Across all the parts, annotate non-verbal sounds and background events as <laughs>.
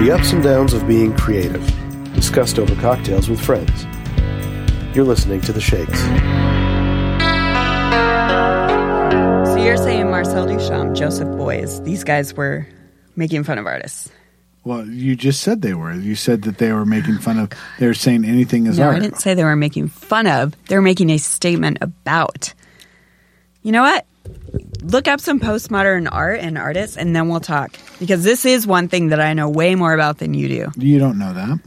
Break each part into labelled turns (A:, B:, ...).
A: The ups and downs of being creative, discussed over cocktails with friends. You're listening to The Shakes.
B: So you're saying Marcel Duchamp, Joseph Boys, these guys were making fun of artists.
C: Well, you just said they were. You said that they were making fun of. They were saying anything is
B: Oh No,
C: art.
B: I didn't say they were making fun of. They're making a statement about. You know what? Look up some postmodern art and artists, and then we'll talk. Because this is one thing that I know way more about than you do.
C: You don't know that.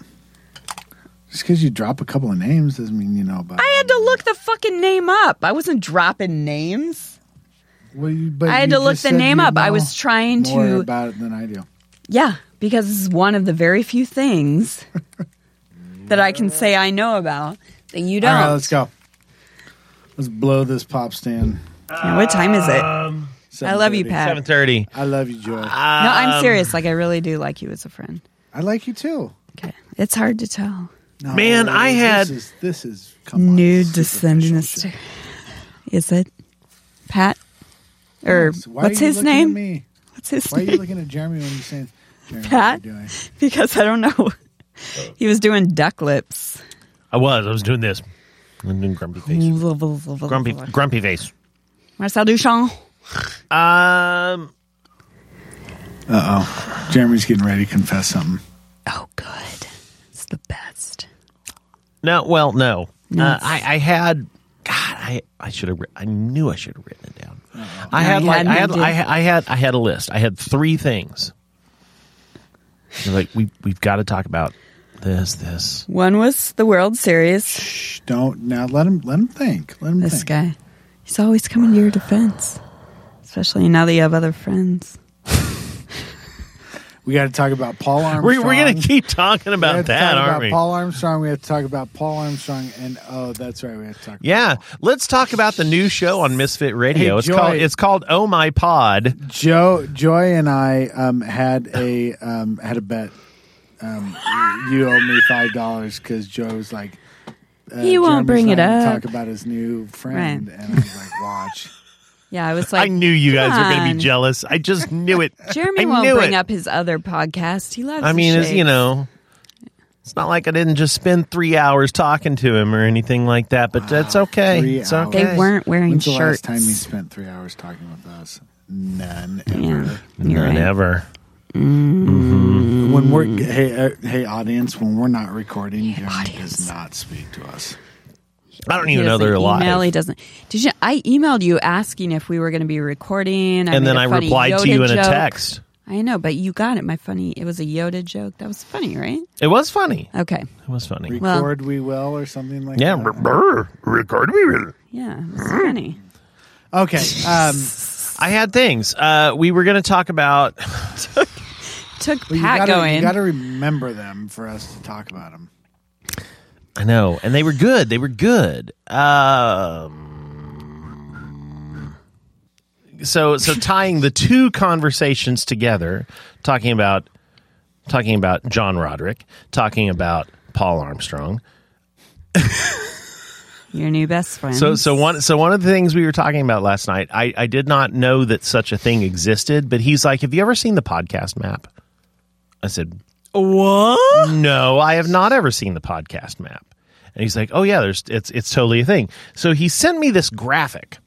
C: Just because you drop a couple of names doesn't mean you know about.
B: I had to look the fucking name up. I wasn't dropping names.
C: Well, you- but
B: I had
C: you
B: to look
C: just
B: the
C: said
B: name
C: you
B: up. I
C: know
B: was trying
C: more
B: to-
C: about it than I do.
B: Yeah, because it's one of the very few things that I can say I know about that you don't.
C: All right, let's go. Let's blow this pop stand.
B: Yeah, what time is it?
C: Uh,
B: I love you,
C: 7:30.
B: Pat.
D: Seven thirty.
C: I love you, Joy.
D: Ah.
B: no,
D: Um,
B: I'm serious. Like, I really do like you as a friend.
C: I like you too.
B: Okay. It's hard to tell.
C: No,
D: Man, I had-
C: this is, this is come on,
B: New
C: this is
B: descending of
C: superficial
B: Star- Is it Pat? Or
C: shit. So why are
B: what's
C: you
B: his
C: looking at
B: name?
C: me?
B: What's his
C: Why are you
B: name?
C: looking at Jeremy when you're saying Jeremy,
B: Pat?
C: What are you doing?
B: <laughs> Because I don't know. he was doing duck lips.
D: I was. I was doing this. I'm doing grumpy face. Grumpy,
B: Grumpy.
D: grumpy face.
B: Marcel Duchamp.
D: Um,
C: Uh oh, Jeremy's getting ready to confess something.
B: Oh, good. It's the best.
D: no. Well, no.
B: No,
D: uh,
B: it's-
D: I, I had. God, I, I should have. writ- I knew I should have written it down. I
B: No,
D: had
B: you
D: like
B: hadn't,
D: I had
B: you did.
D: I, ha- I had I had a list. I had three things. I was like we we've got to talk about this this.
B: One was the World Series.
C: Shh, don't now. Let him. Let him think. Let him
B: This
C: think.
B: guy. He's always coming to your defense, especially now that you have other friends.
C: We got to talk about Paul Armstrong.
D: <laughs> We're, we're gonna keep
C: We
D: talking
C: have
D: about
C: to
D: that,
C: talk
D: aren't
C: about
D: we?
C: Paul Armstrong. We have to talk about Paul Armstrong. And oh, that's right. We have to talk.
D: Yeah, let's talk about the new show on Misfit Radio.
C: Hey,
D: it's
C: Joy.
D: called it's called Oh My Pod.
C: Joe, Joy, and I um, had a um, had a bet. Um, you owe me five dollars because Joe was like, uh,
B: He won't
C: Jeremy's
B: bring
C: not
B: it
C: gonna
B: up.
C: Talk about his new friend,
B: Right.
C: and I was like, watch.
B: Yeah, I was like,
D: I knew you guys were going to
B: "Come
D: be
B: on."
D: jealous.
B: <laughs>
D: I just knew it.
B: Jeremy
D: I
B: won't
D: knew
B: bring
D: it.
B: up his other podcast. He loves.
D: I mean,
B: the
D: it's, you
B: Shakes.
D: know, it's not like I didn't just spend three hours talking to him or anything like that. But that's okay.
C: three
D: It's
C: hours.
D: okay.
B: they weren't <laughs> wearing
C: When's the
B: shirts.
C: last time he spent three hours talking with us? None ever.
B: You're
D: None
B: right.
D: ever.
C: When we're
D: Mm-hmm.
C: hey uh, hey audience, when we're not recording, Jeremy does not speak to us.
D: I don't
B: He
D: even know
B: doesn't
D: they're alive.
B: Email, he doesn't. Did you? I emailed you asking if we were going to be recording, I made
D: and then
B: a
D: I
B: funny
D: replied to
B: Yoda
D: you in a
B: joke.
D: text.
B: I know, but you got it. My funny. It was a Yoda joke. That was funny, right?
D: It was funny.
B: Okay.
D: It was funny.
B: Well-
C: Record we will or something like
D: Yeah,
C: that.
D: brr, record we will.
B: Yeah, it was funny. <laughs>
C: Okay. Um,
D: I had things. Uh, we were going to talk about.
B: Took
C: but you
B: Pat
C: gotta,
B: going.
C: You got to remember them for us to talk about them.
D: I know, and they were good. They were good. Um, so, so tying the two conversations together, talking about talking about John Roderick, talking about Paul Armstrong.
B: Your new best friend.
D: So, so one, so one of the things we were talking about last night, I, I did not know that such a thing existed. But he's like, "Have you ever seen the podcast map?" I said,
B: what?
D: No, I have not ever seen the podcast map. And he's like, "Oh yeah, there's it's it's totally a thing." So he sent me this graphic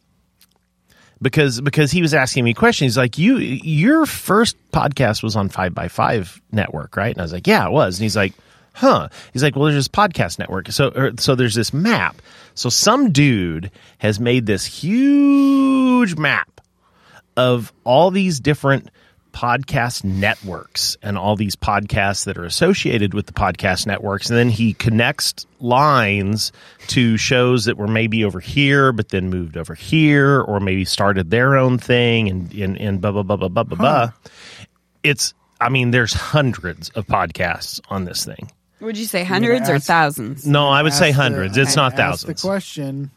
D: because because he was asking me questions. He's like, "You your first podcast was on Five by Five Network, right?" And I was like, "Yeah, it was." And he's like, "Huh?" He's like, "Well, there's this podcast network. So or, so there's this map. So some dude has made this huge map of all these different podcast networks and all these podcasts that are associated with the podcast networks and then he connects lines to shows that were maybe over here but then moved over here or maybe started their own thing and and, and blah blah blah blah blah blah blah it's i mean there's hundreds of podcasts on this thing
B: Would you say hundreds or
C: ask-
B: thousands?
D: no i would say
C: Ask the-
D: hundreds it's not
C: ask
D: thousands
C: The question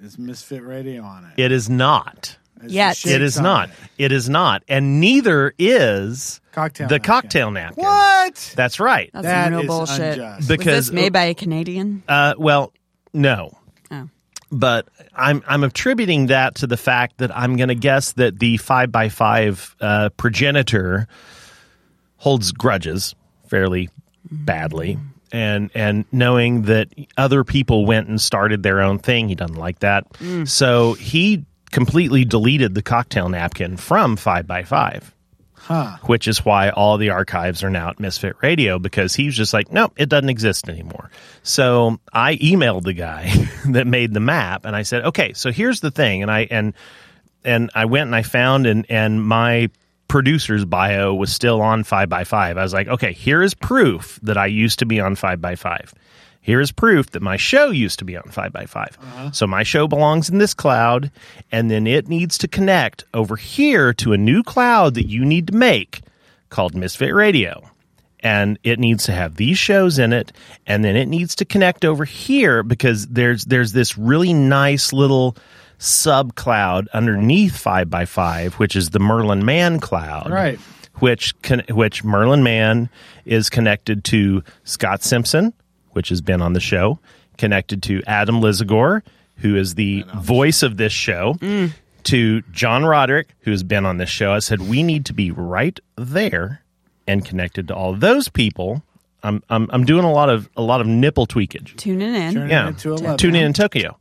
C: is Misfit Radio on it?
D: it is not
C: Is the
B: Yet.
C: Shakes
D: it is
C: on
D: not it is not and neither is
C: Cocktail
D: the
C: napkin.
D: cocktail napkin
C: What?
D: that's right
B: That's
C: That
B: real
C: is
B: bullshit.
C: unjust.
B: was
D: Because-
B: this made by a Canadian?
D: Uh, well, no.
B: Oh.
D: But I'm I'm attributing that to the fact that I'm going to guess that the five by five uh, progenitor holds grudges fairly badly and and knowing that other people went and started their own thing he doesn't like that so he completely deleted the cocktail napkin from 5 by 5 which is why all the archives are now at Misfit Radio because he was just like, nope, it doesn't exist anymore. So I emailed the guy <laughs> that made the map and I said, okay, so here's the thing, and I and and I went and I found and and my producer's bio was still on five by five. I was like, okay, here is proof that I used to be on five by five. Here is proof that my show used to be on five by 5 So my show belongs in this cloud, and then it needs to connect over here to a new cloud that you need to make called Misfit Radio. And it needs to have these shows in it, and then it needs to connect over here because there's there's this really nice little sub cloud underneath five by five, which is the Merlin Man cloud
C: Right.
D: which con- which Merlin Mann is connected to Scott Simpson, which has been on the show, connected to Adam Lizagor, who is the voice of this show, to John Roderick, who's been on this show. I said we need to be right there and connected to all those people. I'm I'm, I'm doing a lot of a lot of nipple tweakage.
B: Tuning in.
C: Turn it
D: Yeah,
C: into a love
D: tune in
C: app.
D: in Tokyo. Um.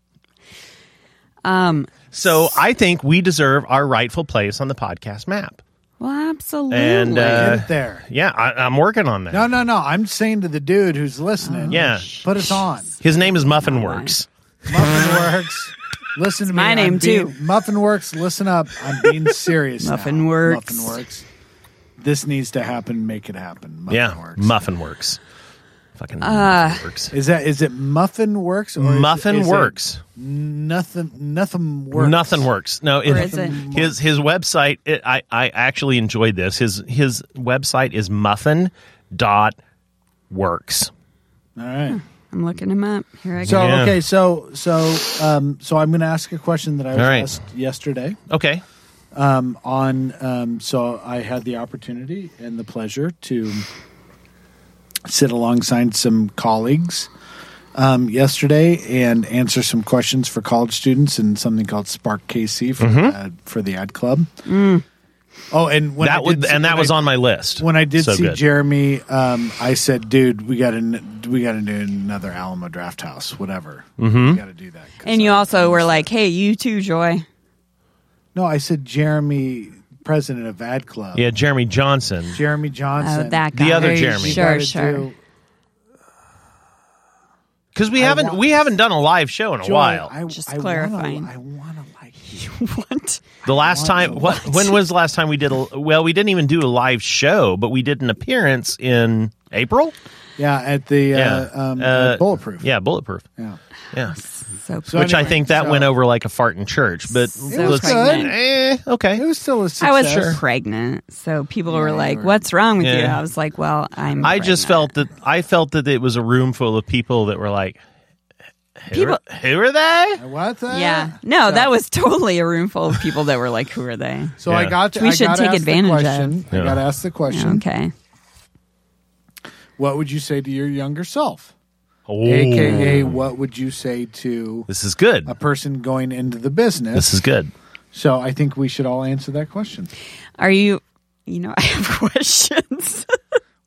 D: So I think we deserve our rightful place on the podcast map.
B: Well, absolutely.
D: And, uh,
C: Get it there.
D: Yeah, I, I'm working on that.
C: No, no, no. I'm saying to the dude who's listening.
D: Yeah.
C: Put us on.
D: His name is Muffin Works.
C: Muffin Works. Listen to me.
B: my
C: I'm
B: name,
C: being-
B: too.
C: Muffin Works. Listen up. I'm
B: <laughs>
C: being serious. now.
B: Muffin Works.
C: Muffin Works. This needs to happen. Make it happen. Muffin
D: yeah,
C: Works. Uh,
D: Muffin Works. Fucking Muffin Works.
C: Is that is it Muffin Works or is it-
D: Muffin
C: is it
D: Works.
C: nothing nothing works.
D: Nothing works. No, it,
B: Or is it-
D: his his website. It, I I actually enjoyed this. His his website is muffin dot works.
C: All right.
B: I'm looking him up. Here I go.
C: So
D: Yeah.
C: okay, so so um so I'm going to ask a question that I was
D: All right.
C: asked yesterday.
D: Okay.
C: on um, so i had the opportunity and the pleasure to sit alongside some colleagues um, yesterday and answer some questions for college students in something called spark kc
D: Mm-hmm.
C: for, uh, for the ad club
B: Mm.
C: oh and when I
D: that
C: did
D: would
C: see-
D: and that
C: when
D: was
C: I-
D: on my list
C: when i did
D: So
C: see
D: good.
C: jeremy um, i said dude we gotta n- we gotta do another alamo draft house whatever
D: Mm-hmm.
C: we gotta do that 'cause
B: and you
C: I-
B: also were like, hey, you too, Joy.
C: no i said jeremy president of ad club
D: Yeah, Jeremy Johnson.
C: jeremy
B: Oh,
C: johnson
B: that guy.
D: The other Jeremy.
C: we
B: Sure,
C: gotta
B: sure.
C: do-
D: Because we haven't
C: want-
D: we haven't done a live show in a
C: Joy,
D: while.
C: I,
B: Just
C: I
B: clarifying.
C: Wanna, I want to like
B: <laughs>
C: you.
B: what?
D: The last
C: want
D: time, what? when was the last time we did a? Well, we didn't even do a live show, but we did an appearance in April.
C: Yeah, at the Uh, um,
D: Uh,
C: bulletproof.
D: Yeah, bulletproof.
C: yeah.
D: Yeah,
B: So,
C: So
D: which I
C: anyway,
D: think that
C: so-
D: went over like a fart in church. But
B: So
D: let's-
B: pregnant.
D: eh, okay.
C: It was still a
B: I
C: success.
B: was pregnant. So people were
C: you
B: like,
C: were-
B: what's wrong with you?
D: Yeah.
B: I was like, well, I'm.
D: I just
B: pregnant."
D: felt that I felt that it was a room full of people that were like, who
B: People-
D: are, who are they?
C: What? Ah. The?
B: Yeah. No,
C: So-
B: that was <laughs> totally a room full of people that were like, who are they?
C: So
D: Yeah.
C: I got. To,
B: We
C: I
B: should
C: got
B: take
C: asked the
B: advantage of.
C: question. I
D: Yeah.
C: got asked the question.
B: Okay.
C: What would you say to your younger self?
D: Oh,
C: AKA, what would you say to
D: this is good.
C: a person going into the business?
D: This is good.
C: so I think we should all answer that question.
B: Are you. You know, <laughs> I have questions.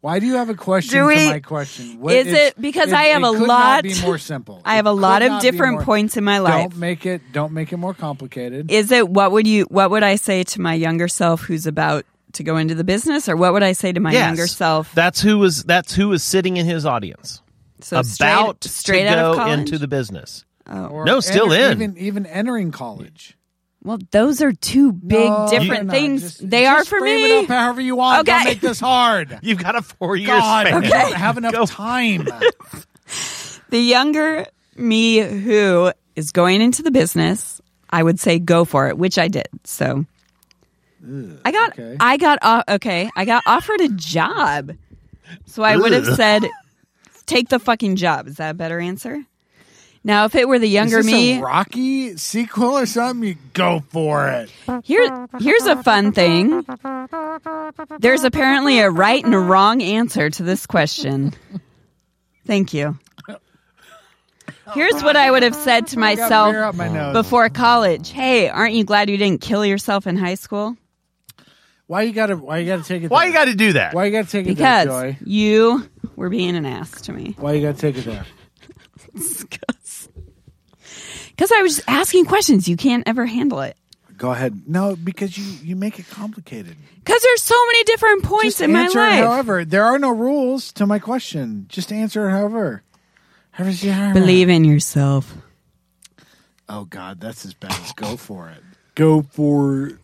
C: Why do you have a question
B: Do
C: for
B: we-
C: my question?
B: is
C: it's-
B: it- because I have
C: it
B: a
C: could not
B: lot-
C: Be more simple.
B: I have
C: It
B: a lot
C: could
B: of
C: not be
B: different
C: more-
B: points in my life.
C: Don't make it. Don't make it more complicated.
B: Is it what would you what would I say to my younger self who's about to go into the business, or what would I say to my
D: Yes.
B: younger self?
D: That's who was. That's who was sitting in his audience.
B: so straight,
D: about
B: straight
D: to
B: out of
D: go
B: college.
D: into the business.
C: Or
D: No, still in.
C: Even even entering college.
B: well, those are two big
C: No,
B: different
C: no, no,
B: things.
C: just-
B: they
C: just
B: are for
C: frame
B: me.
C: It up however you want. Don't
B: Okay.
C: make this
D: <laughs>
C: hard.
D: You've got a four year
C: God,
D: span.
C: we don't have enough
D: Go. <laughs>
C: time.
B: The younger me who is going into the business, I would say go for it, which I did. So I got
C: okay.
B: I got uh, okay, I got offered a job. So I would have
D: Ugh.
B: said take the fucking job. Is that a better answer? Now, if it were the
C: Is
B: younger
C: this
B: me,
C: a Rocky sequel or something? You go for it.
B: Here, here's a fun thing. There's apparently a right and a wrong answer to this question. Thank you. Here's what I would have said to
C: I got beer up
D: Oh.
B: myself
C: my nose.
B: before college. Hey, aren't you glad you didn't kill yourself in high school?
C: Why you gotta? Why you gotta take it?
D: Why
C: there?
D: you got to do that?
C: Why you gotta take it there,
B: Because
C: Joy?
B: you were being an ass to me.
C: Why you gotta take it there?
B: Because I was just asking questions. You can't ever handle it.
C: Go ahead. No, because you you make it complicated.
B: Because there's so many different points
C: Just
B: in my
C: answer it
B: life.
C: However, there are no rules to my question. Just answer it however. However you however.
B: Believe in yourself.
C: Oh God, that's as bad as go for it. Go for it.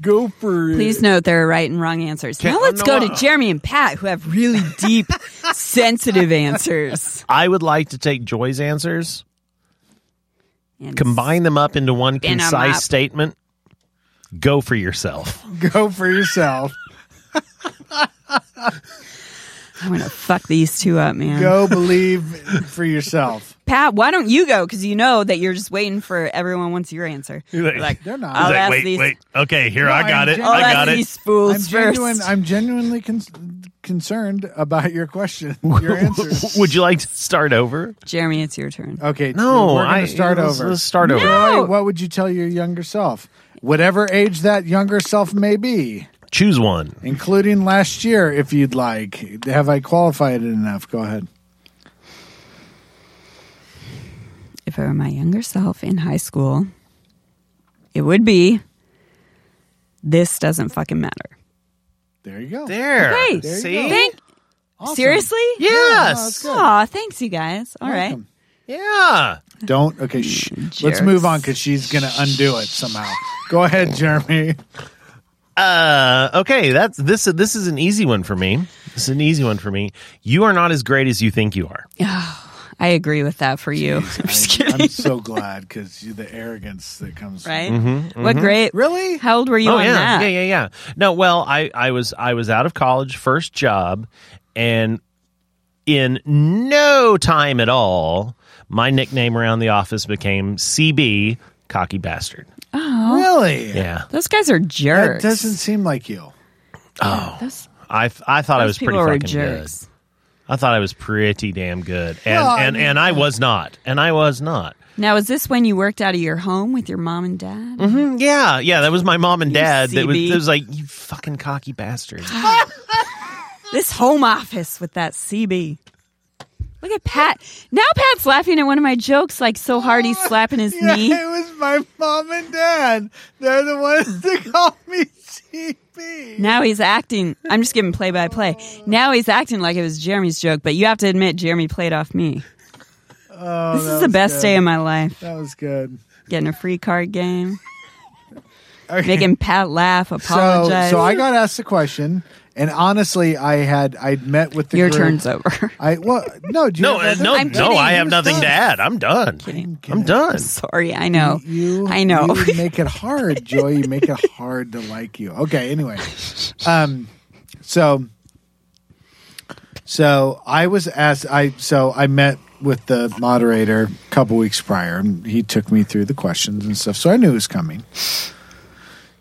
C: Go for
B: <laughs>
C: it.
B: Please note there are right and wrong answers.
D: Can't-
B: now let's
D: no,
B: go to
D: uh,
B: Jeremy and Pat, who have really deep, sensitive answers.
D: I would like to take Joy's answers,
B: And
D: combine them up into one
B: Spin 'em
D: concise
B: up.
D: statement. Go
C: <laughs>
D: for yourself.
C: Go for yourself.
B: I'm going to fuck these two up, man.
C: Go believe for yourself.
B: Pat, why don't you go? Because you know that you're just waiting for everyone wants your answer.
D: like-
C: They're not.
B: I'll
D: He's like,
B: ask
D: wait,
B: these.
D: wait. Okay, here
C: No,
D: I got
C: I'm
D: it.
C: gen-
B: I'll
D: I
B: ask
D: got it.
B: these fools
C: I'm
B: first.
C: genuine. I'm genuinely con- concerned about your question. Your answers.
D: Would you like to start over?
B: Jeremy, it's your turn.
C: Okay.
D: No,
C: we're gonna
D: I-
C: start
D: let's-
C: over.
D: let's start
C: Joy,
D: over.
B: No!
C: what would you tell your younger self? Whatever age that younger self may be,
D: Choose one.
C: including last year, if you'd like. Have I qualified it enough? Go ahead.
B: If I were my younger self in high school, it would be this doesn't fucking matter.
C: There you go.
D: There.
B: Hey,
C: you
D: See?
C: go.
B: Thank,
C: Awesome.
B: seriously?
D: Yes.
C: Yeah, no,
B: Aw, thanks, you guys. All right.
C: Welcome.
D: yeah.
C: Don't. Okay. Shh. Let's
B: Mm, Jerks.
C: move on because she's gonna undo it somehow. Go
B: <laughs>
C: ahead, Jeremy.
D: Uh, okay, that's this. This is an easy one for me. This is an easy one for me. You are not as great as you think you are.
B: Oh, I agree with that for you. I'm just kidding.
C: I'm so glad because the arrogance that
B: <laughs>
C: comes.
B: right? What great.
C: Really?
B: How old were you
D: Mm-hmm, oh
B: on
D: yeah,
B: that?
D: yeah, yeah, yeah. No, well, I I was I was out of college, first job, and in no time at all, my nickname around the office became CB, cocky bastard.
C: Really?
D: Yeah,
B: Those guys are
C: That
B: jerks.
C: doesn't seem like you.
B: Those,
D: I I thought I
B: those
D: was pretty
B: people are
D: fucking good.
B: jerks.
D: I thought I was pretty damn good, and
C: Well, I
D: and
C: mean-
D: and I was not, and I was not.
B: Now, is this when you worked out of your home with your mom and dad?
D: Mm, Yeah, yeah, that was my mom and dad. That was,
B: CB.
D: that was like you fucking cocky bastard.
B: This home office with that CB. Look at Pat. Now Pat's laughing at one of my jokes like so hard he's slapping his
C: <laughs> Yeah,
B: knee.
C: it was my mom and dad. They're the ones <laughs> that call me CP.
B: Now he's acting. I'm just giving play by play. Now he's acting like it was Jeremy's joke, but you have to admit Jeremy played off me.
C: Oh,
B: This
C: that
B: is the
C: was
B: best
C: good.
B: day of my life.
C: That was good.
B: Getting a free card game,
C: Okay. <laughs>
B: making Pat laugh,
C: so,
B: apologize.
C: so I got asked the question, and honestly, I had I'd met with the
B: your
C: group.
B: turn's over. <laughs>
C: I well, no, do you
D: No, uh,
C: have
D: no,
C: other-
B: I'm
D: no! I
B: kidding.
D: have
C: He was
D: nothing to
C: done.
D: add. I'm done.
B: Kidding.
D: I'm done.
B: Sorry, I know.
C: You,
B: I know.
C: You <laughs> make it hard, Joy. You make it hard to like you. Okay. Anyway, um, so so I was asked. I so I met with the moderator a couple weeks prior, and he took me through the questions and stuff. So I knew it was coming.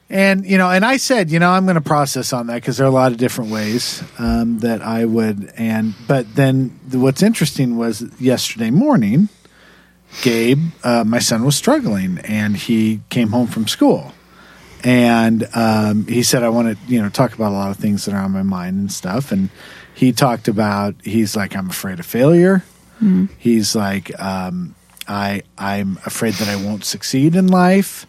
C: And you know, and I said, you know, I'm going to process on that because there are a lot of different ways um, that I would. And but then the, what's interesting was yesterday morning, Gabe, uh, my son was struggling, and he came home from school, and um, he said, "I want to, you know, talk about a lot of things that are on my mind and stuff." And he talked about he's like, "I'm afraid of failure." He's like, um, "I I'm afraid that I won't succeed in life."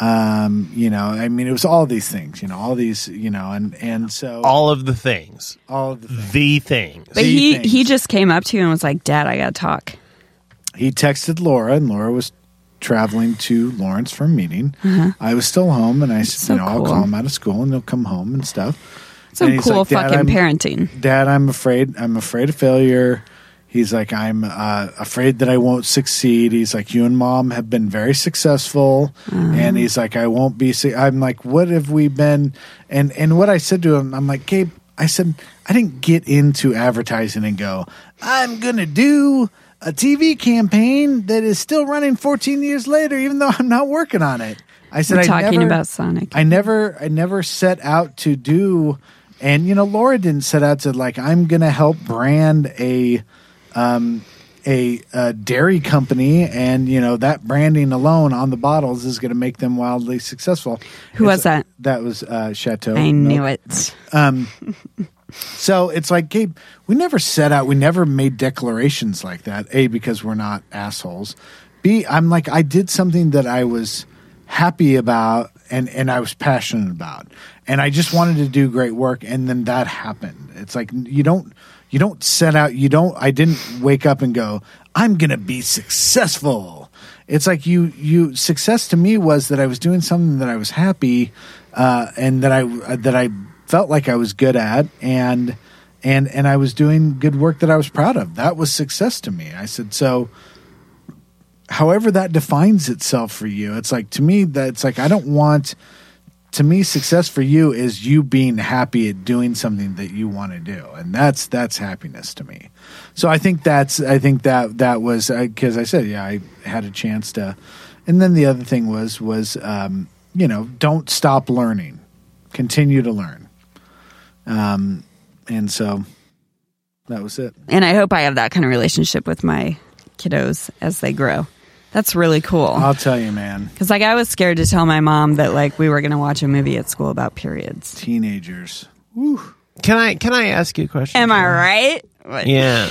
C: Um, you know, I mean, it was all these things, you know, all these, you know, and and so
D: All of the things,
C: all of the things.
D: the things.
B: <laughs> But
C: Do you
B: he,
C: think-
B: he just came up to you and was like, Dad, I got to talk.
C: he texted Laura, and Laura was traveling to Lawrence for a meeting. I was still home, and I
B: Uh-huh. So
C: said, you know, I'll
B: cool.
C: call him out of school, and he'll come home and stuff.
B: So
C: And he's
B: cool
C: like, "Dad,
B: fucking
C: I'm-
B: parenting.
C: Dad, I'm afraid. I'm afraid of failure. He's like, I'm uh, afraid that I won't succeed. He's like, you and mom have been very successful, and he's like, I won't be. Su-. I'm like, what have we been? And and what I said to him, I'm like, Gabe, I said, I didn't get into advertising and go, I'm gonna do a TV campaign that is still running 14 years later, even though I'm not working on it. I said,
B: We're
C: I
B: talking
C: never-
B: about Sonic.
C: I never I never set out to do and you know Laura didn't set out to like I'm going to help brand a um a, a dairy company, and you know that branding alone on the bottles is going to make them wildly successful.
B: Who was that?
C: That was uh, Chateau.
B: I
C: Milk.
B: knew it.
C: So it's like, Gabe, we never set out, we never made declarations like that. A, because we're not assholes. B, I'm like, I did something that I was happy about and, and I was passionate about. And I just wanted to do great work. And then that happened. It's like, you don't, you don't set out, you don't, I didn't wake up and go, I'm going to be successful. It's like you, you, success to me was that I was doing something that I was happy, uh, and that I, that I, felt like I was good at and and and I was doing good work that I was proud of. That was success to me. I said so however that defines itself for you. It's like to me that's like I don't want to me success for you is you being happy at doing something that you want to do and that's that's happiness to me so i think that's i think that that was because i said yeah i had a chance to and then the other thing was was um, you know don't stop learning continue to learn um, and so that was it
B: And I hope I have that kind of relationship with my kiddos as they grow. That's really cool.
C: i'll tell you man
B: Because like I was scared to tell my mom that like we were going to watch a movie at school about periods.
C: teenagers
D: Can I can I ask you a question?
B: Am I right? Like,
D: Yeah.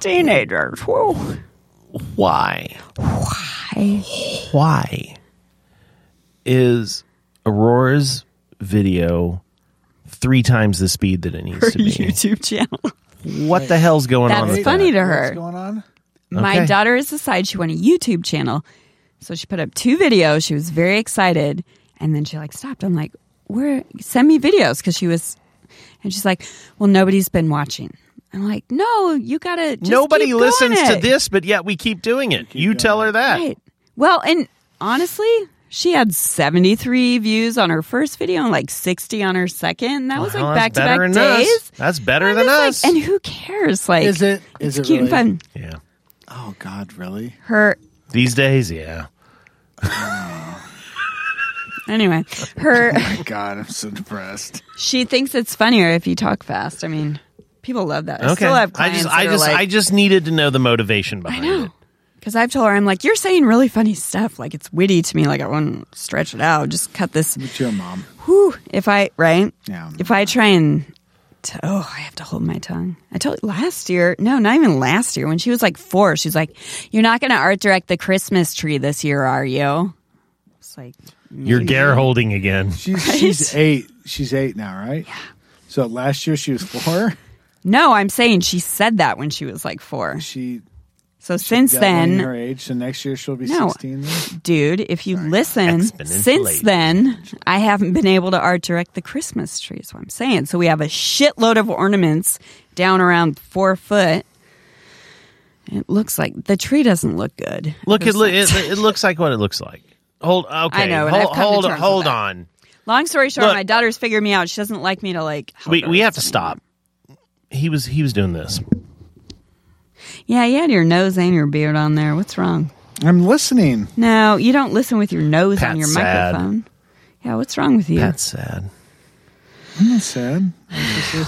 B: Teenagers. Whoa.
D: Why? Why? Why is Aurora's video three times the speed that it
B: Her <laughs>
D: needs to be?
B: YouTube channel.
D: What the hell's going on?
B: That's
D: with
B: funny
D: that?
B: to her.
C: what's going on
B: My
D: Okay.
B: daughter is aside. She won a YouTube channel. So she put up two videos. She was very excited. And then she like stopped. I'm like, where send me videos because she was and she's like, Well, nobody's been watching. I'm like, No, you gotta just
D: Nobody
B: keep going
D: listens to
B: it."
D: this, but yet we keep doing it. you tell her that.
B: Right. Well, and honestly, she had 73 views on her first video and like 60 on her second. And that was
D: Well,
B: like
D: that's
B: back to
D: better
B: back
D: than us.
B: days.
D: That's better
B: I'm
D: than
B: just like,
D: us.
B: and who cares? Like,
C: Is it- is
B: it's
C: it
B: cute
C: really?
B: and fun.
D: yeah.
C: oh god really
B: Her
D: These days, yeah.
B: anyway, her
C: <laughs>
D: <laughs>
C: god i'm so depressed
B: she thinks it's funnier if you talk fast. I mean, people love that. I
D: Okay.
B: still have
D: I
B: clients
D: just I
B: that are
D: just
B: like,
D: I just needed to know the motivation behind it.
B: Because I've told her, I'm like, you're saying really funny stuff. Like, it's witty to me. Like, I want to stretch it out. Just cut this.
C: it's your mom
B: Whew, if I, right?
C: Yeah.
B: If I try and, t- oh, I have to hold my tongue. I told last year, no, not even last year, when she was like four, she's like, you're not going to art direct the Christmas tree this year, are you? It's like,
D: You're gare
B: <laughs>
D: holding again.
C: she's she's eight she's eight now right yeah. so last year she was four
B: no, I'm saying she said that when she was like four.
C: she
B: So since
C: doubling her
B: then,
C: age so next year she'll be
B: No.
C: 16 then?
B: dude, if you listen, since
D: Exponentially.
B: then, I haven't been able to art direct the Christmas tree, is what I'm saying. So we have a shitload of ornaments down around four foot. It looks like the tree doesn't look good.
D: Look,
B: There's
D: it, loo-
B: like-
D: it, it looks like what it looks like. Hold, okay.
B: I know, and
D: hold,
B: I've come to
D: hold,
B: terms with
D: hold
B: that.
D: on.
B: Long story short,
D: Look.
B: my daughter's figured me out. She doesn't like me to like. help
D: We
B: her
D: we
B: with
D: have to
B: something.
D: stop. He was he was doing this.
B: Yeah, you had your nose and your beard on there. What's wrong?
C: i'm listening
B: No, you don't listen with your nose on
D: Pat's
B: your
D: sad.
B: microphone. Yeah, what's wrong with you?
D: Pat's sad.
C: i'm not sad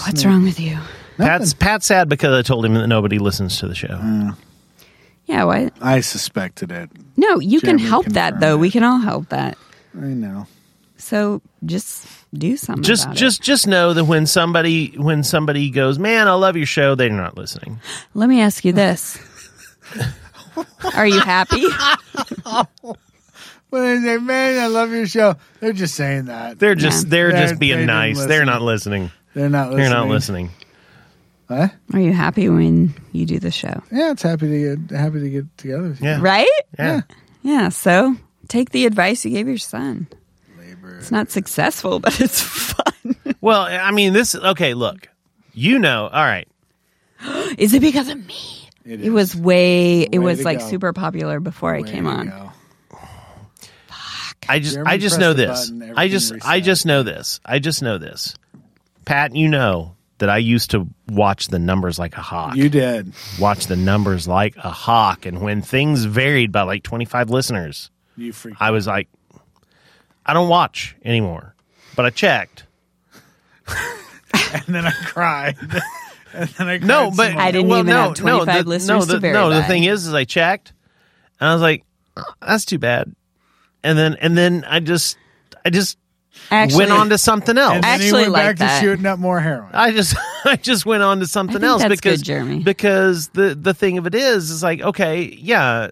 B: what's wrong with you?
D: Pat's Pat's sad because I told him that nobody listens to the show.
B: Mm, Yeah, what?
C: i suspected it
B: No, you
C: Jeremy
B: can help that
C: confirmed
B: though. We
C: it.
B: can all help that.
C: i know
B: So just do something.
D: just
B: about it.
D: just just know that when somebody when somebody goes, man, I love your show, they're not listening.
B: Let me ask you
D: <laughs>
B: this: Are you happy?
C: Well, they say, man, I love your show. They're just saying that. They're,
D: They're just
B: Yeah.
D: they're,
C: They're-
D: just
C: they
D: being
C: didn't
D: nice. They're
C: listen.
D: not listening.
C: not listening.
D: They're not listening.
C: Huh?
B: Are you happy when you do the show?
C: Yeah, it's happy to get happy to get together with you.
D: Yeah.
B: Right?
D: Yeah.
B: Yeah. So take the advice you gave your son.
C: Labor.
B: It's not successful, but it's fun.
D: Well, I mean, this okay, look. You know, all right.
B: Is it because of me?
C: It
B: It
C: is.
B: was way. It
C: Way
B: was
C: to
B: like
C: go.
B: super popular before I
C: Way
B: came
C: to
B: on.
C: go.
D: I just
C: Jeremy
D: I just
C: pressed
D: know
C: the
D: this.
C: button,
D: I just
C: everything
D: I
C: reset.
D: just know this. I just know this. Pat, you know that I used to watch the numbers like a hawk.
C: You did.
D: watch the numbers like a hawk. And when things varied by like 25 listeners,
C: You freak.
D: I was like, I don't watch anymore. But I checked.
C: and then I cried. <laughs> And I
D: No,
C: cried
D: but
C: some
B: I
C: more.
B: didn't
D: well,
B: even
D: no,
B: have 25
D: no, the,
B: listeners
D: no, the,
B: to bury
D: No, the
B: by.
D: thing is, is I checked, and I was like, "Oh, "That's too bad," and then and then I just I just
B: Actually,
D: went on to something else.
C: And then he
B: actually
C: went
B: like
C: back
B: that.
C: to shooting up more heroin.
D: I just <laughs> I just went on to something
B: I think
D: else
B: that's
D: because
B: good, Jeremy.
D: because the the thing of it is is like okay yeah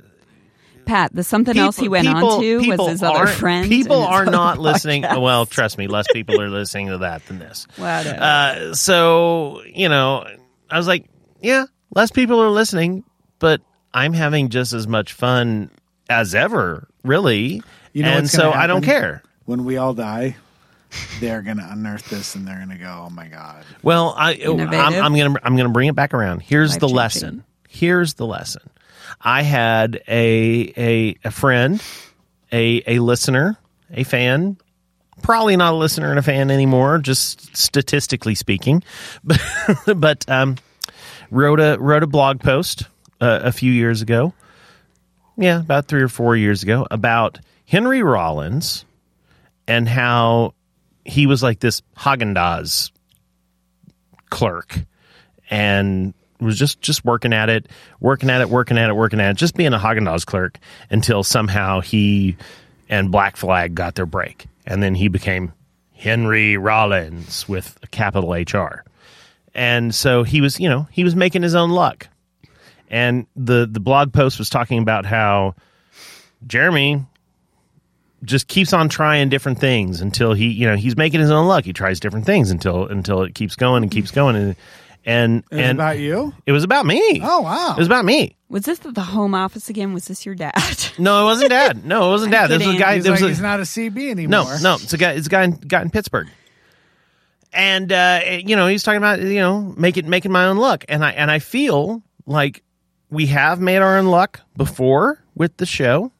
B: Pat, the something else he went on to
D: people
B: was his other
D: aren't-
B: friend.
D: People
B: and his
D: are
B: other <laughs>
D: not listening.
B: podcast.
D: Well, trust me, less people are listening to that than this.
B: Whatever.
D: Uh, so you know, I was like, yeah, less people are listening, but I'm having just as much fun as ever, really.
C: You know
D: and
C: what's
D: so
C: gonna
D: I don't
C: happen?
D: care.
C: When we all die, they're going to unearth this and they're going to go, oh my God.
D: Well, I
B: Innovative.
D: I'm, I'm gonna I'm gonna bring it back around. Here's the
B: Life-changing.
D: lesson. Here's the lesson. I had a a a friend, a a listener, a fan. Probably not a listener and a fan anymore, just statistically speaking. <laughs> But but um, wrote a wrote a blog post uh, a few years ago. Yeah, about three or four years ago about Henry Rollins and how he was like this Haagen Dazs clerk and was just just working at it, working at it, working at it, working at it, just being a Haagen Dazs clerk until somehow he and Black Flag got their break, and then he became Henry Rollins with a capital HR, and so he was you know he was making his own luck, and the the blog post was talking about how Jeremy just keeps on trying different things until he you know he's making his own luck he tries different things until until it keeps going and keeps going and and
C: Mm. It was
D: and
C: about you?
D: it was about me
C: Oh, wow.
D: it was about me
B: Was this the Home Office again? Was this your dad? <laughs>
D: no it wasn't dad no it wasn't dad there was a
B: kidding.
D: guy
C: He's
D: there
C: like,
D: was
C: he's
D: a,
C: not a CB anymore.
D: no no it's a guy it's a guy in, guy in pittsburgh and uh you know he's talking about you know making making my own luck and i and i feel like we have made our own luck before with the show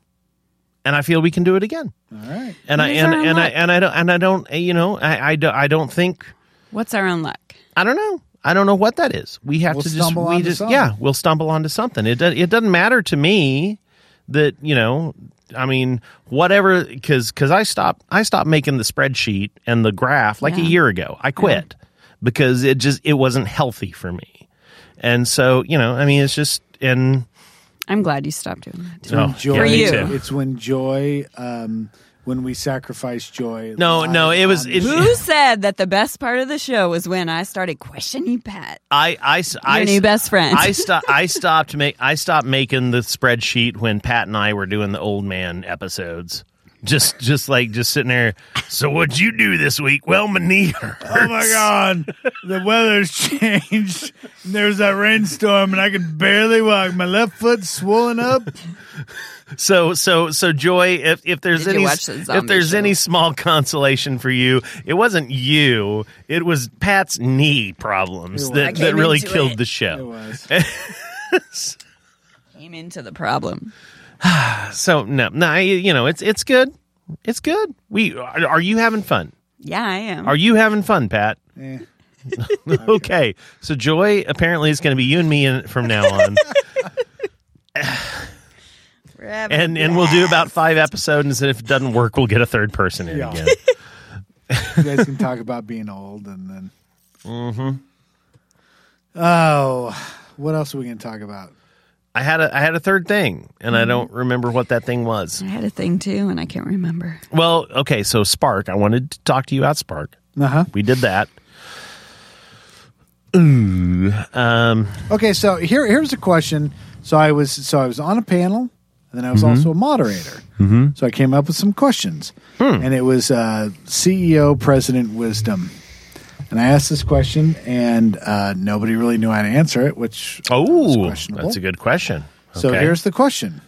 D: and i feel we can do it again
C: All right.
D: and I
B: It is
D: and,
B: our own
D: and I
B: luck.
D: and I don't and I don't you know I I, do, I don't think
B: What's our own luck?
D: I don't know I don't know what that is. We have
C: We'll
D: to just
C: stumble
D: we
C: onto
D: just
C: something.
D: yeah we'll stumble onto something. It does, it doesn't matter to me that you know I mean whatever because because I stopped I stopped making the spreadsheet and the graph like a
B: Yeah.
D: year ago. I quit because it just it wasn't healthy for me. And so you know I mean it's just and
B: I'm glad you stopped doing that.
C: It's when
D: Oh,
C: joy,
D: yeah,
B: me For you. too.
C: It's when joy, um, when we sacrifice joy.
D: no no it was it,
B: Who said that the best part of the show was when I started questioning Pat,
D: I I s-
B: your
D: I
B: new
D: s-
B: best friend? <laughs>
D: I stopped. I stopped. Make I stopped making the spreadsheet when Pat and I were doing the old man episodes. Just, just like just sitting there. So what'd you do this week? Well, my knee <laughs> hurts.
C: Oh my God! The weather's <laughs> changed. There was that rainstorm, and I could barely walk. My left foot swollen up.
D: So, so, so joy. If if there's
B: Did you
D: any
B: watch the
D: if
B: zombie
D: there's
B: show?
D: any small consolation for you, it wasn't you. It was Pat's knee problems
C: was. I
D: that
B: came
D: that really
B: into
D: killed
B: it.
D: the
C: It
D: show.
C: was.
B: Came into the problem.
D: So no, no, I, you know it's it's good. It's good. We are are you having fun?
B: Yeah, I am.
D: Are you having fun, Pat?
C: Eh.
D: <laughs> okay. So Joy apparently it's going to be you and me in, from now
C: <laughs>
D: on,
B: Forever.
D: and and we'll do about five episodes, and if it doesn't work, we'll get a third person in
C: Yeah.
D: again.
C: You guys can talk about being old, and then. Mm-hmm. Oh, what else are we gonna talk about?
D: I had a I had a third thing, and I don't remember what that thing was.
B: I had a thing too, and I can't remember.
D: Well, okay. So Spark, I wanted to talk to you about Spark.
C: Uh huh.
D: We did that.
C: Okay, so here here's a question. So I was so I was on a panel, and then I was also a moderator. Mm-hmm. So I came up with some questions,
D: Hmm.
C: and it was uh, CEO President Wisdom. And I asked this question, and uh, nobody really knew how to answer it, which was
D: Oh,
C: questionable.
D: that's a good question.
C: So
D: Okay.
C: here's the question: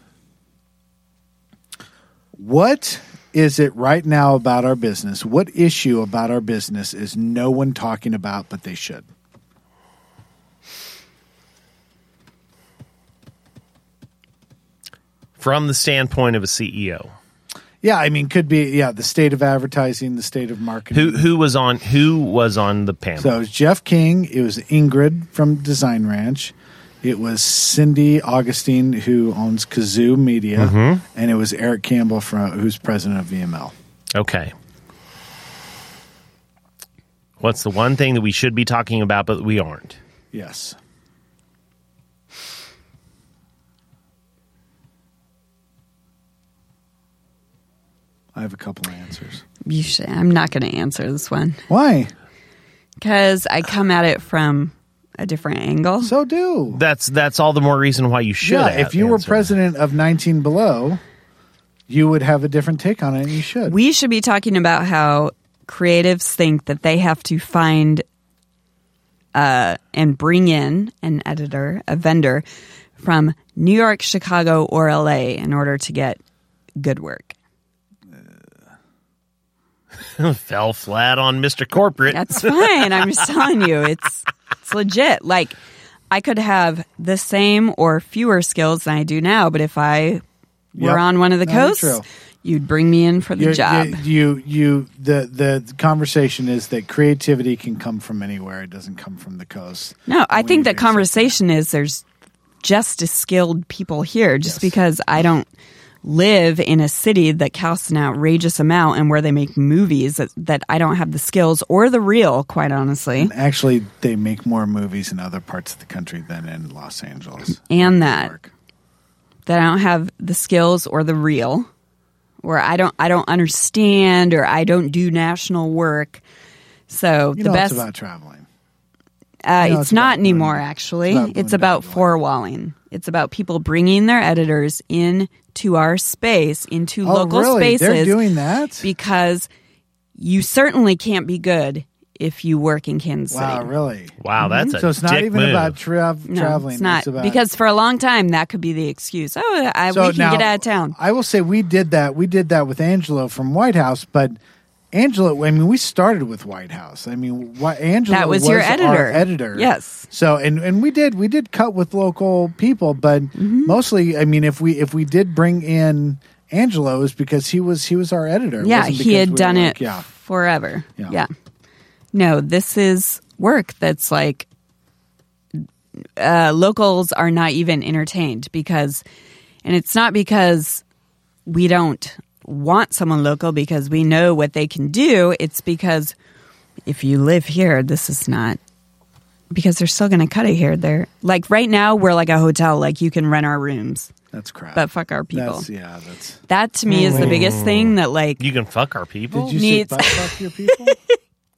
C: What is it right now about our business? What issue about our business is no one talking about, but they should?
D: from the standpoint of a E CEO
C: Yeah, I mean, could be yeah, the state of advertising, the state of marketing.
D: who who was on who was on the panel.
C: So it was Jeff King. It was Ingrid from Design Ranch. It was Cindy Augustine, who owns Kazoo Media,
D: Mm-hmm.
C: and it was Eric Campbell, from who's president of VML.
D: Okay. What's the one thing that we should be talking about but we aren't?
C: Yes. I have a couple of answers.
B: You should, I'm not going to answer this one
C: Why?
B: because I come at it from a different angle.
C: So do.
D: That's that's all the more reason why you should.
C: yeah,
D: a-
C: if you were
D: answer.
C: president of 19 Below, you would have a different take on it, and you should.
B: we should be talking about how creatives think that they have to find uh, and bring in an editor, a vendor from New York, Chicago, or LA in order to get good work.
D: fell flat on Mr. Corporate.
B: That's <laughs> fine. I'm just telling you, it's it's legit. Like I could have the same or fewer skills than I do now, but if I were
C: Yep.
B: on one of the
C: No,
B: coasts,
C: true.
B: you'd bring me in for the
C: You're-
B: job.
C: You, you, you- the, the conversation is that creativity can come from anywhere. It doesn't come from the coast.
B: No, I
C: We
B: think that
C: need to accept
B: conversation is there's just as skilled people here. Just
C: Yes.
B: because I don't live in a city that costs an outrageous amount and where they make movies that, that I don't have the skills or the reel, quite honestly.
C: Actually, they make more movies in other parts of the country than in Los Angeles
B: And
C: New
B: that.
C: York. Mm-hmm.
B: That I don't have the skills or the reel, or I don't I don't understand or I don't do national work. So
C: You
B: the
C: know,
B: best
C: it's about traveling.
B: Uh,
C: No,
B: it's,
C: it's
B: not
C: about
B: anymore,
C: Bloomberg.
B: actually.
C: It's
B: It's
C: about
B: about,
C: Bloomberg Bloomberg.
B: four walling. It's about people bringing their editors into our space, into
C: Oh,
B: local
C: really?
B: spaces.
C: They're doing that?
B: because you certainly can't be good if you work in Kansas
C: Wow,
B: City.
C: really?
D: wow, that's a
C: Mm-hmm. So it's not
D: dick
C: even
D: move.
C: about tra-
B: No,
C: traveling.
B: it's not
C: about
B: because for a long time that could be the excuse. Oh, I,
C: So
B: we can
C: now,
B: get out of town.
C: I will say we did that. We did that with Angelo from White House, but Angelo, I mean, we started with White House. I mean, what Angelo
B: That was your
C: our
B: editor.
C: editor.
B: Yes.
C: So and and we did we did cut with local people, but
B: Mm-hmm.
C: mostly, I mean, if we if we did bring in Angelo, it was because he was he was our editor. It
B: yeah,
C: wasn't
B: he
C: because
B: had
C: we
B: done
C: were
B: it
C: like, Yeah.
B: forever.
C: Yeah.
B: yeah. No, this is work that's like uh, locals are not even entertained because, and it's not because we don't want someone local because we know what they can do. It's because if you live here, this is not because they're still going to cut it here. They're like right now we're like a hotel, like you can rent our rooms,
C: That's crap.
B: but fuck our people.
C: That's, yeah, that's.
B: That to me is the biggest thing that like
D: you can fuck our people.
C: Did you
B: Needs-
C: say butt fuck
B: <laughs>
C: your people?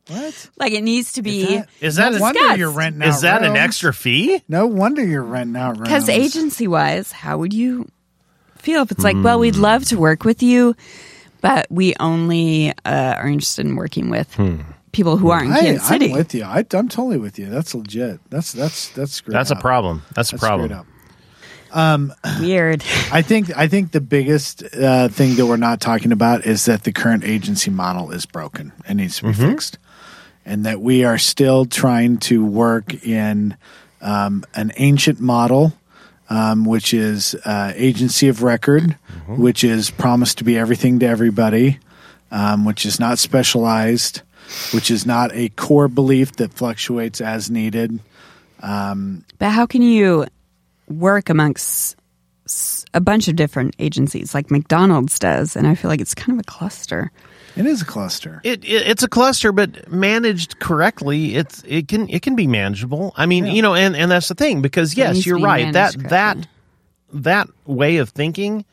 C: what?
B: like it needs to be
C: that-
D: Is that
C: no
D: a-
C: wonder
B: Disgust.
C: you're renting out
D: Is that an
C: rooms.
D: extra fee?
C: No wonder you're renting out rooms.
B: Because agency wise, how would you feel if it's like, well, we'd love to work with you, but we only uh, are interested in working with people who aren't in
C: I,
B: Kansas
C: I'm
B: City?
C: with you. I, am totally with you. That's legit. That's that's that's screwed.
D: That's a
C: up.
D: problem. That's a
C: That's
D: problem.
C: screwed up.
B: Weird.
C: I think I think the biggest uh, thing that we're not talking about is that the current agency model is broken and needs to be fixed, and that we are still trying to work in um, an ancient model, um, which is uh, agency of record, which is promised to be everything to everybody, um, which is not specialized, which is not a core belief that fluctuates as needed.
B: But how can you work amongst s- a bunch of different agencies like McDonald's does? And I feel like it's kind of a cluster.
C: It is a cluster.
D: It, it it's a cluster, but managed correctly, it's it can it can be manageable. I mean, you know, and and that's the thing because
B: needs
D: yes,
B: to
D: you're
B: be
D: right. That
B: managed
D: that that way of thinking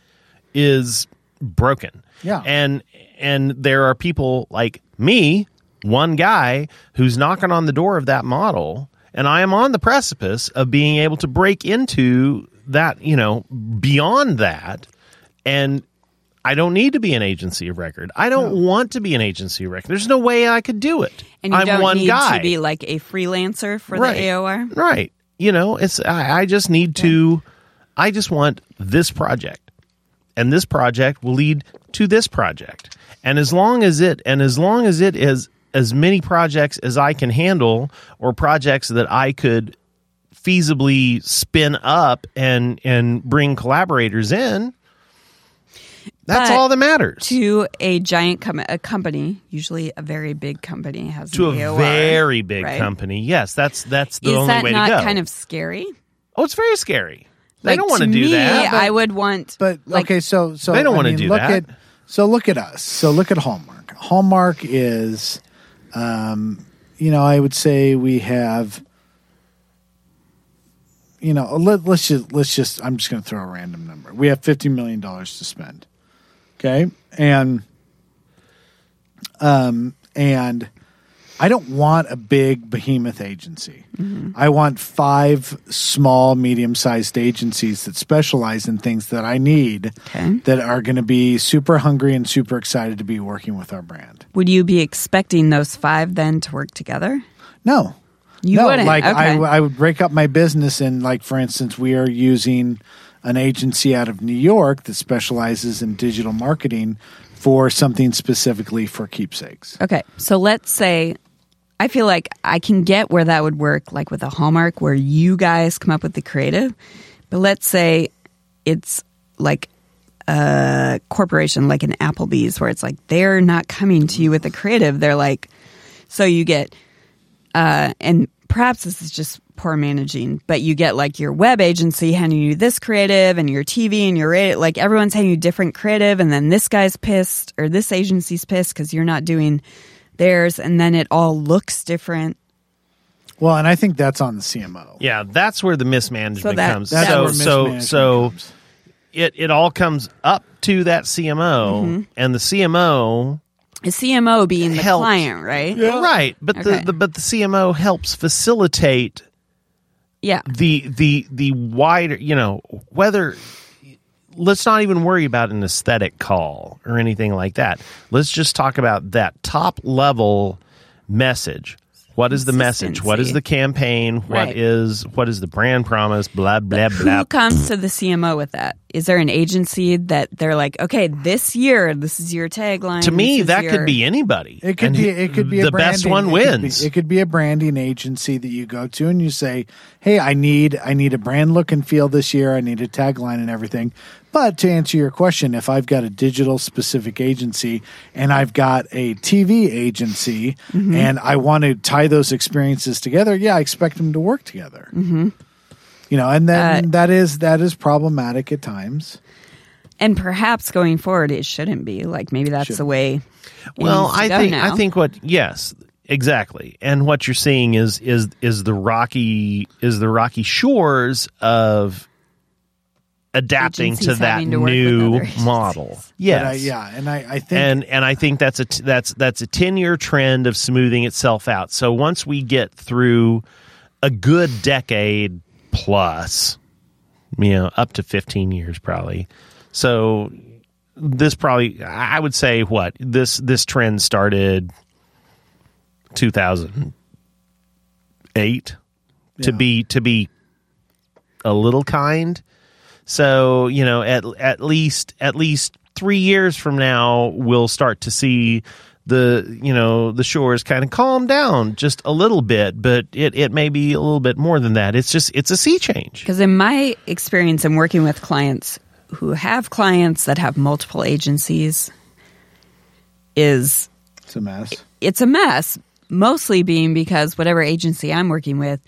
D: is broken.
C: Yeah.
D: and and there are people like me, one guy who's knocking on the door of that model, and I am on the precipice of being able to break into that. You know, beyond that, and I don't need to be an agency of record. I don't want to be an agency of record. There's no way I could do it.
B: And you
D: I'm
B: don't
D: one
B: need
D: guy.
B: to be like a freelancer for
D: right.
B: the AOR.
D: Right. You know, it's I, I just need to I just want this project. And this project will lead to this project. And as long as it and as long as it is as many projects as I can handle or projects that I could feasibly spin up and and bring collaborators in, that's
B: But
D: all that matters.
B: To a giant com- a company, usually a very big company, has
D: to
B: an
D: a
B: AOR,
D: very big
B: right?
D: company. Yes, that's that's the
B: is
D: only
B: that
D: way
B: not
D: to go.
B: kind of scary?
D: oh, it's very scary. They
B: Like,
D: don't want to do
B: me,
D: that.
B: I would want,
C: But
B: like,
C: okay, so so
D: They don't
C: I
D: wanna
C: mean,
D: do
C: look
D: that.
C: At, so look at us. So look at Hallmark. Hallmark is, um, you know, I would say we have you know, let, let's just let's just I'm just going to throw a random number. We have 50 million dollars to spend. Okay? And um and I don't want a big behemoth agency. I want five small, medium sized agencies that specialize in things that I need
B: Okay.
C: that are going to be super hungry and super excited to be working with our brand.
B: Would you be expecting those five then to work together?
C: No.
B: You
C: no,
B: wouldn't.
C: Like I,
B: Okay.
C: w- I would break up my business and like for instance, we are using an agency out of New York that specializes in digital marketing for something specifically for keepsakes.
B: Okay, so let's say I feel like I can get where that would work, like with a hallmark where you guys come up with the creative. But let's say it's like a corporation, like an Applebee's, where it's like they're not coming to you with the creative. They're like, so you get, uh, and perhaps this is just poor managing, but you get like your web agency handing you this creative and your TV and your radio, like everyone's handing you different creative, and then this guy's pissed or this agency's pissed because you're not doing theirs, and then it all looks different.
C: Well, and I think that's on the CMO.
D: Yeah, that's where the mismanagement
B: So that-
D: comes.
B: that's
D: so
B: where
D: so
C: mismanagement
D: so
C: comes.
D: it it all comes up to that CMO
B: Mm-hmm.
D: and the CMO
B: The CMO being the
D: Helps.
B: client, right?
D: right, but
B: Okay.
D: the, the but the CMO helps facilitate
B: Yeah.
D: the the the wider you know whether let's not even worry about an aesthetic call or anything like that let's just talk about that top level message what is the message what is the campaign What
B: Right.
D: is what is the brand promise blah blah blah
B: Who comes to the CMO with that? Is there an agency that they're like, okay, this year, this is your tagline?
D: to me
B: this is
D: that
B: your-
D: could be anybody
C: It could
D: And
C: be. It could be a
D: the best
C: branding-
D: one
C: it could be-
D: wins
C: It could, be, a branding agency that you go to and you say, "Hey, I need I need a brand look and feel this year. I need a tagline and everything." But to answer your question, if I've got a digital specific agency and I've got a TV agency
D: Mm-hmm.
C: and I want to tie those experiences together, yeah, I expect them to work together.
D: Mm-hmm.
C: You know, and
D: Uh,
C: then that is that is problematic at times.
B: and perhaps going forward, it shouldn't be. Like maybe that's the way. it
D: Well,
B: needs to
D: I
B: go
D: think
B: now.
D: I think what yes, exactly. And what you're seeing is is is the rocky is the rocky shores of adapting to
B: Agencies
D: that
B: having to work with other
D: new
B: agencies.
D: model.
C: But
D: Yes.
C: I, yeah, and I, I think
D: And and I think that's a t- that's that's a 10-year trend of smoothing itself out. So once we get through a good decade plus, you know, up to 15 years probably. So this probably I would say what this this trend started 2008 to
C: Yeah.
D: be to be a little kind. So you know at at least at least three years from now we'll start to see the you know the shores kind of calm down just a little bit, but it it may be a little bit more than that. It's just it's a sea change.
B: Because in my experience in working with clients who have clients that have multiple agencies, is
C: it's a mess.
B: it's a mess. Mostly being because whatever agency I'm working with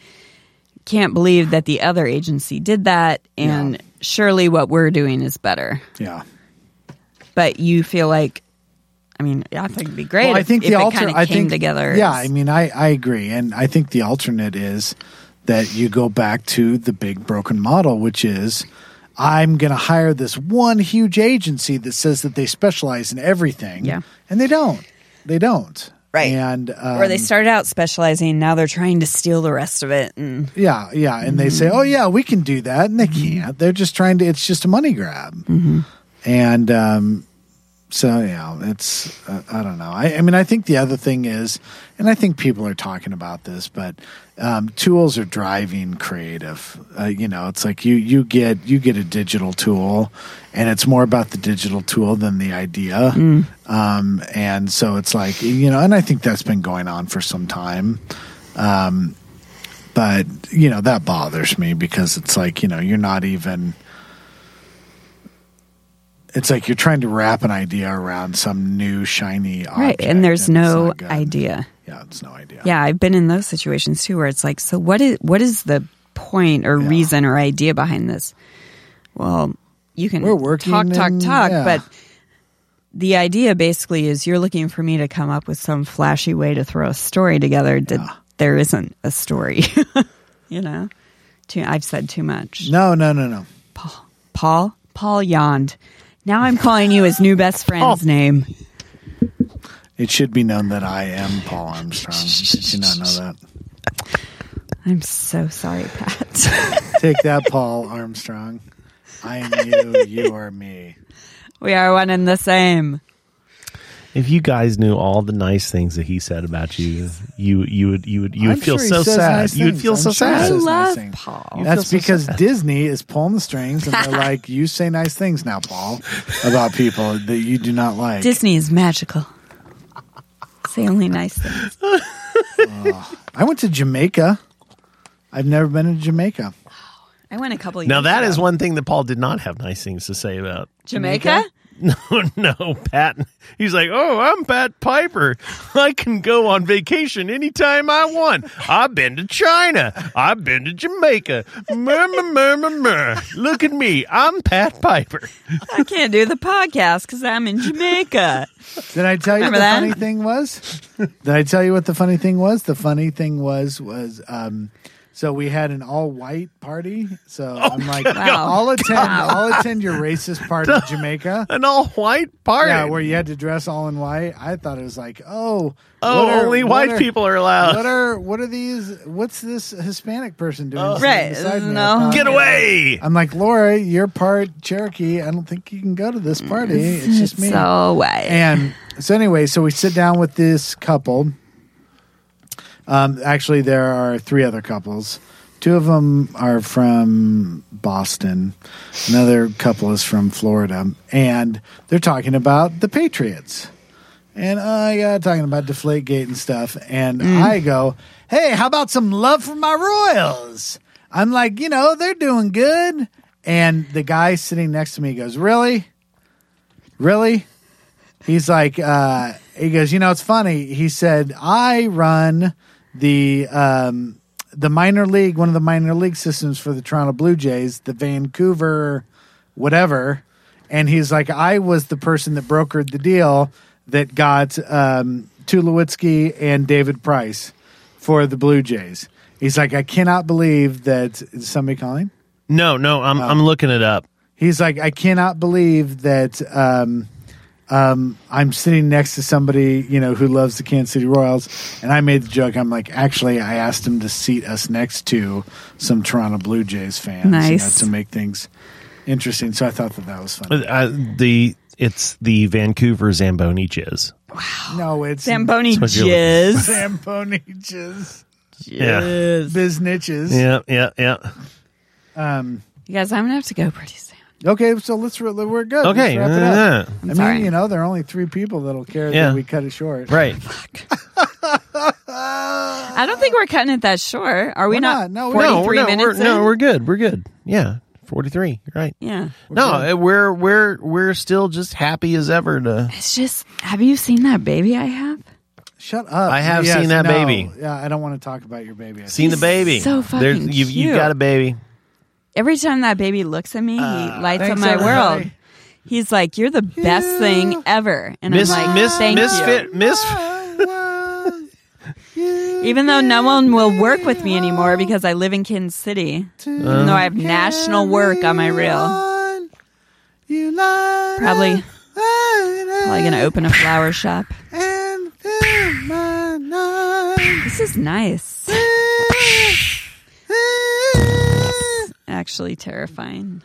B: can't believe that the other agency did that, and
C: Yeah.
B: surely what we're doing is better.
C: Yeah.
B: But you feel like, I mean, I think it'd be great.
C: Well,
B: if, if it
C: alter-
B: kind of
C: I
B: came
C: think-
B: together.
C: Yeah,
B: as-
C: I mean, I, I agree, and I think the alternate is that you go back to the big broken model, which is I'm going to hire this one huge agency that says that they specialize in everything,
B: Yeah.
C: and they don't. They don't.
B: Right.
C: And um,
B: or they started out specializing, now they're trying to steal the rest of it. And
C: yeah, yeah, and they say, "Oh yeah, we can do that," and they can't. They're just trying to. It's just a money grab, and um, so yeah, it's uh, I don't know. I, I mean, I think the other thing is, and I think people are talking about this, but um, tools are driving creative. Uh, you know, it's like you you get you get a digital tool, and it's more about the digital tool than the idea. Um, and so it's like you know, and I think that's been going on for some time but you know that bothers me because it's like you know you're not even it's like you're trying to wrap an idea around some new shiny object
B: right, and there's
C: it's
B: no
C: not good.
B: idea.
C: yeah it's no idea
B: Yeah, I've been in those situations too, where it's like, so what is what is the point or
C: Yeah.
B: reason or idea behind this? Well, you can
C: We're working
B: talk, talk,
C: in-
B: talk,
C: yeah.
B: but the idea basically is you're looking for me to come up with some flashy way to throw a story together. That there isn't a story, <laughs> you know. Too, I've said too much.
C: No, no, no, no.
B: Paul? Paul yawned. Now I'm calling you his new
D: <laughs> Oh.
B: best friend's name.
C: It should be known that I am Paul Armstrong. Did you not know
B: <laughs>
C: that?
B: I'm so sorry, Pat. <laughs>
C: Take that, Paul Armstrong. I am you. You are me.
B: we are one and the same.
D: If you guys knew all the nice things that he said about you, you you would you would you would
C: I'm
D: feel
C: sure he
D: so
C: says
D: sad.
C: nice
D: you would
C: things.
D: feel
C: I'm
D: so
C: sure he
B: I
D: sad.
C: says
B: love
C: nice things.
B: Paul.
C: That's
D: feel so
C: because
D: sad.
C: Disney is pulling the strings, and
B: <laughs>
C: they're like, "You say nice things now, Paul, about people that you do not like."
B: Disney is magical. It's the only nice thing.
C: I went to Jamaica. I've never been to Jamaica.
B: I went a couple years
D: Now that
B: ago.
D: is one thing that Paul did not have nice things to say about.
B: Jamaica?
D: No, <laughs> Oh, no, Pat. He's like, oh, I'm Pat Piper. I can go on vacation anytime I want. I've been to China. I've been to Jamaica. Murmur, murmur, murmur. Look at me. I'm Pat Piper.
B: I can't do the podcast because I'm in
D: <laughs>
B: Jamaica.
C: Did I tell you
B: Remember
C: what the
B: that?
C: funny thing was? Did I tell you what the funny thing was? The funny thing was was um so we had an all white party. So I'm like,
B: Oh Wow.
C: I'll attend I'll attend your racist party in Jamaica.
D: An all white party.
C: Yeah, where you had to dress all in white. I thought it was like, oh,
D: oh,
C: what are-
D: only
C: what
D: white
C: are-
D: people are
C: What
D: allowed.
C: are what are these? What's this Hispanic person doing?
D: Oh.
C: sitting
B: Right,
C: beside me? I
B: no.
C: thought-
D: Get away.
C: I'm like Laura. You're part Cherokee. I don't think you can go to this
D: Mm.
C: party. It's
D: <laughs>
C: just me.
B: So why?
C: And so anyway, so we sit down with this couple. Um, actually, there are three other couples. Two of them are from Boston. Another couple is from Florida, and they're talking about the Patriots. And uh, yeah, talking about Deflategate and stuff. And I go, "Hey, how about some love for my Royals?" I'm like, you know, they're doing good. And the guy sitting next to me goes, "Really, really?" He's like, uh, he goes, you know, it's funny. He said, I run the um, the minor league, one of the minor league systems for the Toronto Blue Jays, the Vancouver, whatever. And he's like, I was the person that brokered the deal that got um, Tulowitzki and David Price for the Blue Jays. He's like, I cannot believe that is somebody calling.
D: No, no, I'm
C: Oh.
D: I'm looking it up.
C: He's like, I cannot believe that um, um, I'm sitting next to somebody you know who loves the Kansas City Royals, and I made the joke. I'm like, actually, I asked him to seat us next to some Toronto Blue Jays fans, you know,
B: Nice.
C: to make things interesting. So I thought that that was funny.
D: Uh, the it's the Vancouver Zamboni jizz.
C: No, it's <laughs>
B: Zamboni
D: what you're looking-
B: jizz.
C: Zamboni jizz,
D: Yeah.
B: Jizz.
C: biznitches.
D: Yeah, yeah, yeah.
B: You guys, I'm gonna have to go pretty soon.
C: Okay, so let's re- we're good. Let's
D: Okay. Uh-huh.
C: wrap it up.
D: yeah.
C: I mean,
B: sorry.
C: you know, there are only three people that'll care
D: Yeah.
C: that we cut it short.
D: Right.
B: I don't think we're cutting it that short. Are we
C: We're
B: not?
C: not. No, we're
D: No, we're
B: 43
D: no, we're,
B: minutes
D: no,
B: in?
D: we're good. We're good. Yeah. 43. You're right.
B: yeah.
D: no, uh, we're we're we're still just happy as ever to
B: It's just, have you seen that baby I have?
C: Shut up.
D: I have seen that baby.
C: Yeah, I don't want to talk about your baby. I
D: see the baby.
B: so fucking
D: you've, you've
B: cute.
D: got a baby.
B: Every time that baby looks at me,
D: Ah,
B: he lights up
C: thanks,
B: my
C: everybody.
B: world. He's like, "You're the best thing ever," and
D: Miss
B: I'm like,
D: Miss
B: "Thank
D: Misfit
B: you." <laughs>
D: Miss
B: Even though no one will work with me anymore because I live in Kansas City, even though I have national work on my reel,
C: You light
B: probably
C: Probably
B: probably gonna open a flower shop.
C: And fill my night.
B: This is nice. Actually, terrifying.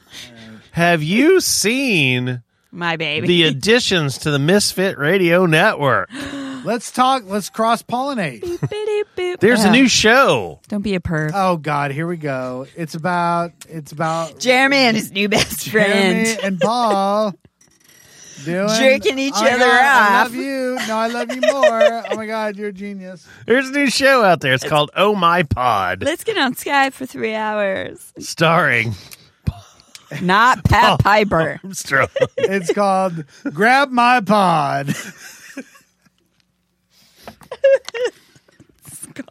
D: Have you seen
B: My baby. <laughs>
D: the additions to the Misfit Radio Network?
C: Let's talk. Let's cross pollinate.
B: Bitty boop.
D: There's a
B: Ugh.
D: new show.
B: Don't be a perv.
C: Oh God, here we go. It's about. It's about
B: Jeremy and his new best
C: Jeremy
B: friend. <laughs>
C: and Paul doing
B: Jerking each
C: Oh my
B: other
C: God, I
B: off.
C: love you. No, I love you more. oh my God, you're a genius.
D: There's a new show out there. It's called Oh My Pod,
B: Let's get on Skype for three hours.
D: starring <laughs>
B: <laughs> Not Pat Piper.
D: Armstrong.
C: It's called Grab My Pod.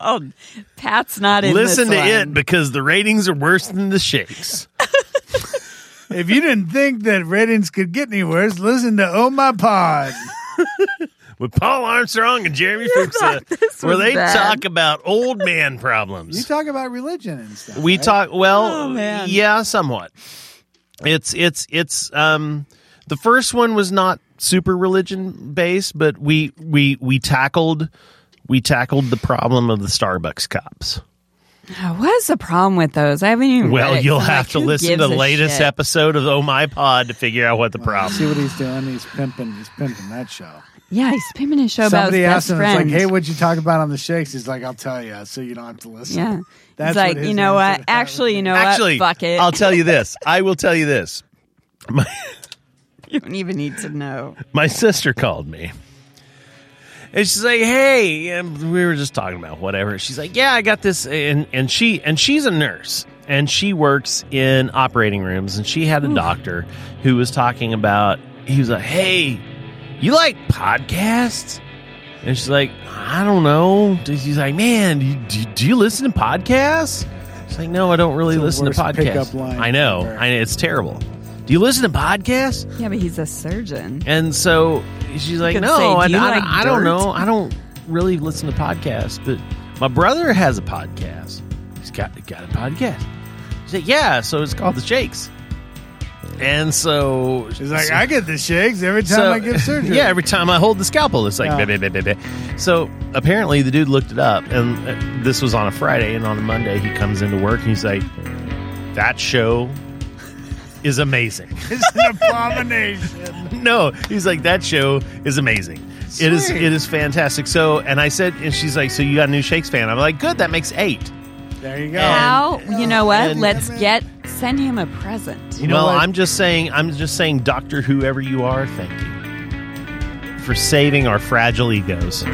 B: Oh, Pat's not in
D: Listen to
B: this one.
D: it because the ratings are worse than the shakes.
C: If you didn't think that ratings could get any worse, listen to Oh My Pod.
D: with Paul Armstrong
B: <laughs>
D: and Jeremy Fuchs, uh,
B: this
D: where
B: was
D: they
B: bad.
D: talk about old man
C: You
D: problems.
C: talk about religion and stuff.
D: we
C: right?
D: talk well,
B: Oh, man.
D: yeah, somewhat. It's it's it's um the first one was not super religion based, but we we we tackled we tackled the problem of the Starbucks cops.
B: What is the problem with those? I haven't even.
D: Well,
B: read it, 'cause
D: you'll
B: I'm like,
D: have to
B: who
D: listen to
B: gives a
D: the latest
B: shit?
D: episode of Oh My Pod to figure out what the problem.
C: See what he's doing? He's pimping. He's pimping that show.
B: Yeah, he's pimping his show
C: Somebody
B: about
C: asked
B: his best
C: him,
B: friend.
C: it's like, hey, what'd you talk about on the shakes? He's like, I'll tell you, so you don't have to listen.
B: yeah,
C: <laughs> That's
B: it's
C: what
B: like
C: his
B: you know
C: answer
B: what?
C: to that
B: Actually, you know
D: Actually,
B: what? Fuck it. <laughs>
D: I'll tell you this. I will tell you this. My,
B: you don't even need to know.
D: my sister called me. And she's like, "Hey, um, we were just talking about whatever." She's like, "Yeah, I got this," and and she and she's a nurse and she works in operating rooms. And she had a doctor who was talking about. He was like, "Hey, you like podcasts?" And she's like, "I don't know." She's like, "Man, do you, do, you- do you listen to podcasts?" She's like, "No, I don't really
C: It's the
D: listen to
C: worst pickup
D: podcasts."
C: line
D: I know,
C: ever.
D: I know, it's terrible. Do you listen to podcasts?
B: Yeah, but he's a surgeon.
D: And so she's like,
B: could
D: "No,
B: say, "Do
D: I,
B: you
D: I-
B: like
D: I don't
B: dirt?"
D: know. I don't really listen to podcasts, but my brother has a podcast. He's got got a podcast. She's like, "Yeah, so it's called The Shakes." And so
C: He's like, I get the shakes every time I give surgery.
D: <laughs> yeah, every time I hold the scalpel, it's like,
C: Yeah.
D: "Bah, bah, bah, bah, bah." so apparently the dude looked it up, and uh, this was on a Friday, and on a Monday he comes into work and he's like, "That show is amazing."
C: <laughs> it's an abomination.
D: <laughs> no he's like that show is amazing it is
C: Sweet.
D: it is fantastic so and i said and she's like so you got a new shakes fan i'm like good that makes eight
C: There you go.
B: How? you know what?
D: and-
B: Let's get send him a present.
C: You know
D: well
C: what?
D: i'm just saying i'm just saying doctor whoever you are thank you for saving our fragile egos